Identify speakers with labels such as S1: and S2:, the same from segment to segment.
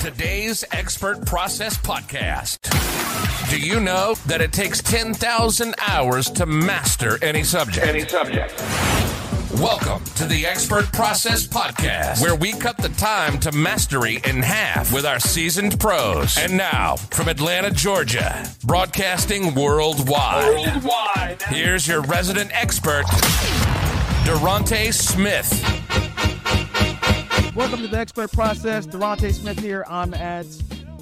S1: today's Expert Process Podcast. Do you know that it takes 10,000 hours to master any subject? Any subject. Welcome to the Expert Process Podcast, where we cut the time to mastery in half with our seasoned pros. And now, from Atlanta, Georgia, broadcasting worldwide,
S2: Worldwide.
S1: here's your resident expert, Durante Smith.
S3: Welcome to the Expert Process. Durante Smith here. I'm at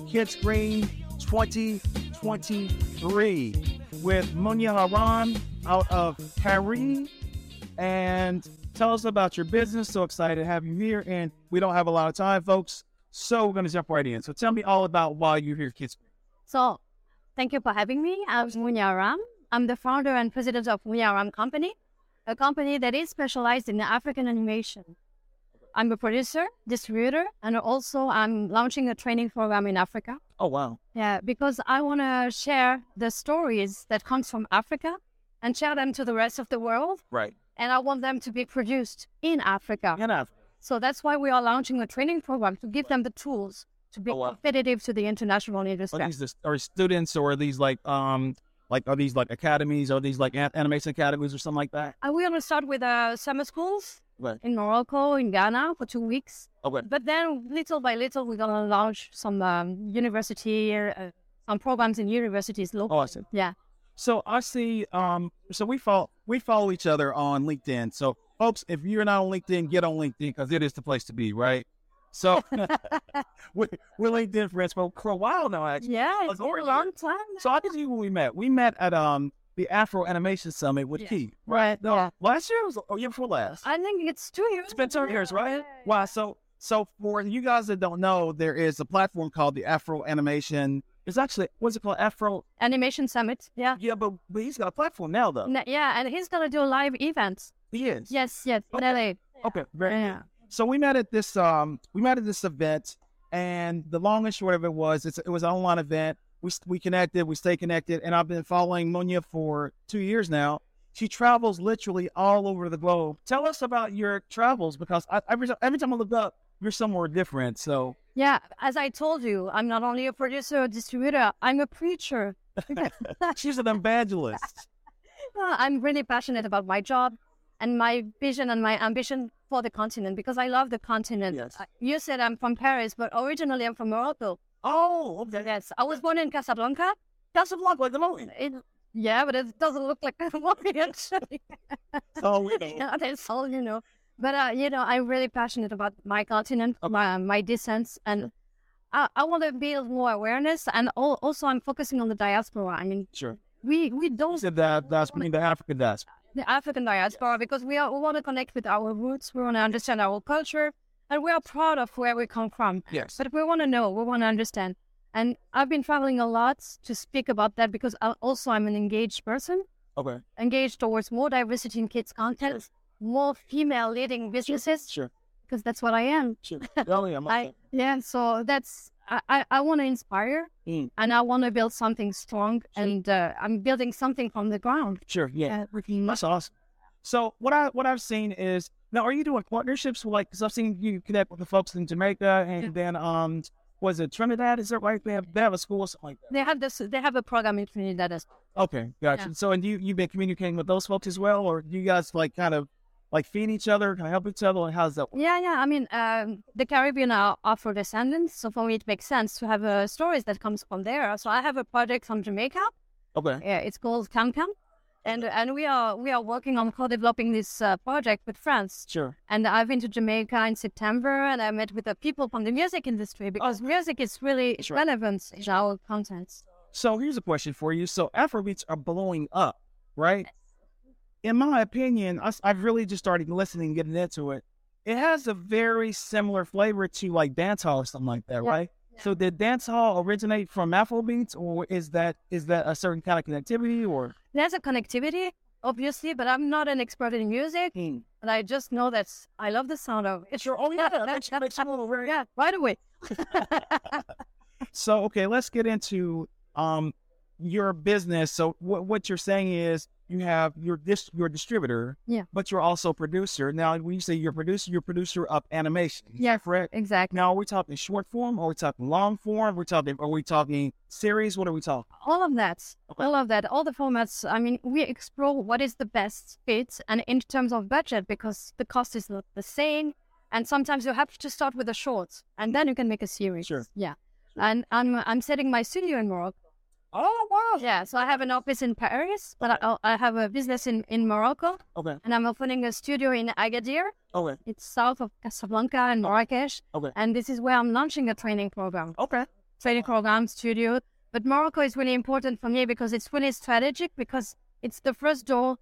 S3: Kids Green 2023 with Munya Haran out of Paris. And tell us about your business. So excited to have you here. And we don't have a lot of time, folks. So we're going to jump right in. So tell me all about why you're here, Kids Green.
S4: So, thank you for having me. I'm Munya Ram. I'm the founder and president of Munya Ram Company, a company that is specialized in African animation. I'm a producer, distributor, and also I'm launching a training program in Africa.
S3: Oh, wow.
S4: Yeah, because I want to share the stories that comes from Africa and share them to the rest of the world.
S3: Right.
S4: And I want them to be produced in Africa.
S3: Enough.
S4: So that's why we are launching a training program to give them the tools to be
S3: Oh, wow.
S4: competitive to the international
S3: Are
S4: industry.
S3: these the, are students or are these like, um, like, are these like academies? Are these like an- animation academies or something like that?
S4: Uh, we're gonna start with uh, summer schools
S3: Right.
S4: in Morocco, in Ghana for two weeks.
S3: Okay.
S4: But then, little by little, we're gonna launch some um, university, uh, some programs in universities. Local.
S3: Oh, I see.
S4: Yeah.
S3: So I see. Um, so we follow we follow each other on LinkedIn. So folks, if you're not on LinkedIn, get on LinkedIn because it is the place to be, right? So we're, we're LinkedIn friends for, for a while now, actually.
S4: Yeah,
S3: Oh, don't
S4: it's been
S3: worry.
S4: a long time.
S3: So I can see when we met. We met at um the Afro Animation Summit with
S4: Yeah.
S3: Keith.
S4: Right.
S3: No,
S4: Yeah.
S3: last year was oh year before last.
S4: I think it's two years.
S3: It's been two
S4: now.
S3: years, right?
S4: Yeah.
S3: Wow. So so for you guys that don't know, there is a platform called the Afro Animation. It's actually what's it called? Afro.
S4: Animation Summit. Yeah.
S3: Yeah, but but he's got a platform now though.
S4: N- Yeah, and he's gonna do live events.
S3: He is.
S4: Yes, yes, in
S3: Okay. Okay.
S4: LA.
S3: Very
S4: Yeah.
S3: so we met at this um we met at this event and the long and short of it was it's, it was an online event we, we connected we stay connected and i've been following munya for two years now she travels literally all over the globe tell us about your travels because I, every, ti- every time i look up you're somewhere different so
S4: Yeah, as I told you, I'm not only a producer or distributor, I'm a preacher.
S3: she's an evangelist
S4: Well, I'm really passionate about my job and my vision and my ambition for the continent because I love the continent.
S3: Yes.
S4: Uh, You said I'm from Paris, but originally I'm from Morocco.
S3: oh okay
S4: Yes, I was born in Casablanca.
S3: casablanca like the moment
S4: It, yeah, but it doesn't look like Morocco actually.
S3: so Oh, we know
S4: yeah, that's all you know. But uh, you know, I'm really passionate about my continent,
S3: Okay.
S4: my my descent, and I, I want to build more awareness. And al- also, I'm focusing on the diaspora. I mean,
S3: sure
S4: we we
S3: you
S4: don't
S3: said that that's mean the african diaspora
S4: the African diaspora because we, are, we want to connect with our roots, we want to understand our culture, and we are proud of where we come from.
S3: yes
S4: But we want to know, we want to understand. And I've been traveling a lot to speak about that because I, also I'm an engaged person,
S3: okay
S4: engaged towards more diversity in kids' content, more female leading businesses,
S3: sure
S4: because that's what I am.
S3: sure oh, yeah, I'm-
S4: I, yeah, so that's, I, I, I want to inspire
S3: Mm.
S4: and I want to build something strong, and uh, I'm building something from the ground.
S3: sure yeah
S4: Uh, working
S3: That's awesome. So what I what I've seen is now are you doing partnerships with like because I've seen you connect with the folks in Jamaica and then um was it Trinidad? Is that right? They have they have a school or something like
S4: They have this. They have a program in Trinidad. as-
S3: that. Okay, gotcha.
S4: Yeah.
S3: So and you you've been communicating with those folks as well, or you guys like kind of like feed each other, kind of help each other, and how's that? work?
S4: Yeah, yeah. I mean, um, the Caribbean are Afro descendants, so for me it makes sense to have uh, stories that comes from there. So I have a project from Jamaica.
S3: Okay,
S4: Yeah, it's called Cam Cam, and and we are we are working on co-developing this uh, project with France.
S3: sure.
S4: And I've been to Jamaica in September, and I met with the people from the music industry because music is really
S3: Sure.
S4: relevant in our content.
S3: So here's a question for you. So Afrobeats are blowing up, right? In my opinion, I, have really just started listening, getting into it. It has a very similar flavor to like dance hall or something like that,
S4: Yeah.
S3: right? So did dance hall originate from Afrobeats, or is that is that a certain kind of connectivity, or
S4: There's a connectivity, obviously, but I'm not an expert in music. And I just know that I love the sound of it. Sure. Oh, yeah. That's, that's, yeah, right away.
S3: So okay, let's get into um your business. So what what you're saying is you have your dis- your distributor,
S4: Yeah.
S3: but you're also producer. Now, when you say you're producer, you're producer of animation.
S4: Yeah.
S3: correct.
S4: Exactly.
S3: Now, are we talking short form? Are we talking long form? We're talking. Are we talking series? What are we talking?
S4: All of that. All of that. All the formats. I mean, we explore what is the best fit and in terms of budget because the cost is not the same. And sometimes you have to start with a short and then you can make a series.
S3: Sure.
S4: Yeah. And I'm I'm setting my studio in Morocco.
S3: Oh wow!
S4: Yeah, so I have an office in Paris, but I, I have a business in, in Morocco,
S3: Okay.
S4: and I'm opening a studio in Agadir.
S3: Okay. Oh.
S4: It's south of Casablanca and Marrakesh,
S3: Okay.
S4: and this is where I'm launching a training program,
S3: Okay.
S4: training program studio. But Morocco is really important for me because it's really strategic because it's the first door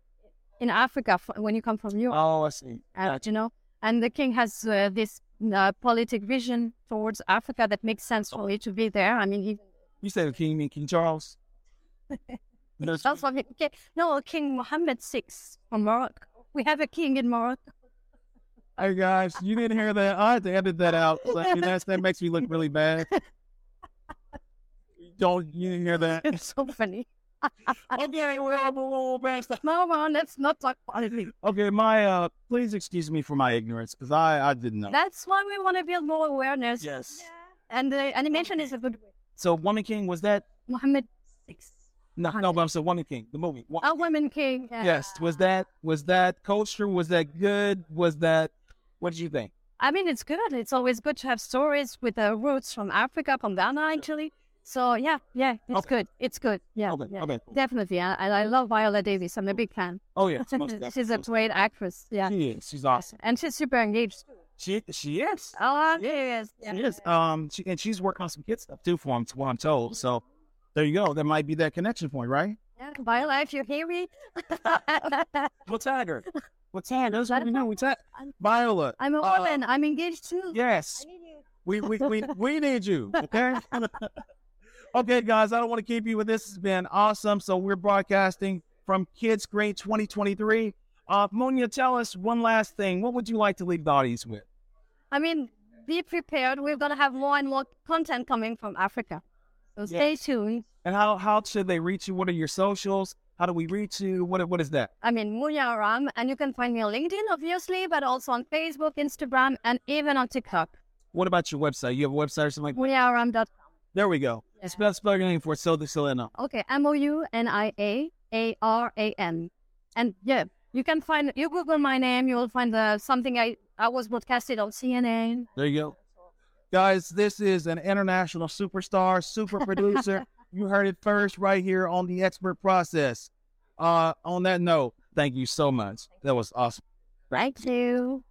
S4: in Africa for, when you come from Europe,
S3: Oh, I see.
S4: uh, you know. And the king has uh, this uh, politic vision towards Africa that makes sense for me to be there. I mean, he
S3: You said King you mean King Charles. no,
S4: That's what it- okay. No, King Mohammed VI from Morocco. We have a king in Morocco.
S3: Hey guys, Oh, you didn't hear that. I had to edit that out. So, I mean, that's, that makes me look really bad. Don't you didn't hear that?
S4: It's so funny.
S3: okay, well, well, best.
S4: No, no, let's not talk politics.
S3: Okay, my uh, please excuse me for my ignorance because I I didn't know.
S4: That's why we want to build more awareness.
S3: yes.
S4: And the animation is a good way.
S3: So, Woman King was that?
S4: Mohammed VI.
S3: No, no, but I'm saying Woman King, the movie. Wo-
S4: A Oh, woman king. yeah.
S3: Yes, was that was that culture? Was that good? Was that? What did you think?
S4: I mean, it's good. It's always good to have stories with the roots from Africa, from Ghana, actually. So, yeah, yeah, it's
S3: Okay.
S4: good. It's good. Yeah.
S3: Okay,
S4: yeah.
S3: okay, cool.
S4: Definitely. I, I I love Viola Davis. I'm a big fan.
S3: Oh yeah, most
S4: She's a
S3: definitely.
S4: great actress. Yeah.
S3: She is. She's awesome.
S4: And she's super engaged.
S3: She she is.
S4: Oh, yes.
S3: She is. Um, she, and she's working on some kid stuff too for him, to what I'm told. So there you go. That might be that connection point, right?
S4: Yeah, Viola, if you hear me,
S3: We'll tag her. We'll tag. That's what we know. We tag
S4: I'm-
S3: Viola.
S4: I'm a
S3: Uh,
S4: woman. I'm engaged too.
S3: Yes,
S4: I need you.
S3: we we we, we need you. Okay. okay, guys. I don't want to keep you, but this has been awesome. So we're broadcasting from Kids Grade 2023. Uh, Monia, tell us one last thing. What would you like to leave the audience with?
S4: I mean, be prepared. We're going to have more and more content coming from Africa. So stay tuned.
S3: And how how should they reach you? What are your socials? How do we reach you? What what is that?
S4: I mean, Munya Ram, and you can find me on LinkedIn, obviously, but also on Facebook, Instagram, and even on TikTok.
S3: What about your website? You have a website or something like
S4: Munyaram.com.
S3: There we go. Spell, spell your name for it so the Selena.
S4: Okay, M O U N I A A R A N, and yeah, you can find you Google my name, you will find the something I I was broadcasted on CNN.
S3: There you go. Guys, this is an international superstar, super producer. you heard it first right here on the expert process. Uh, on that note, thank you so much. That was awesome.
S4: Right, you.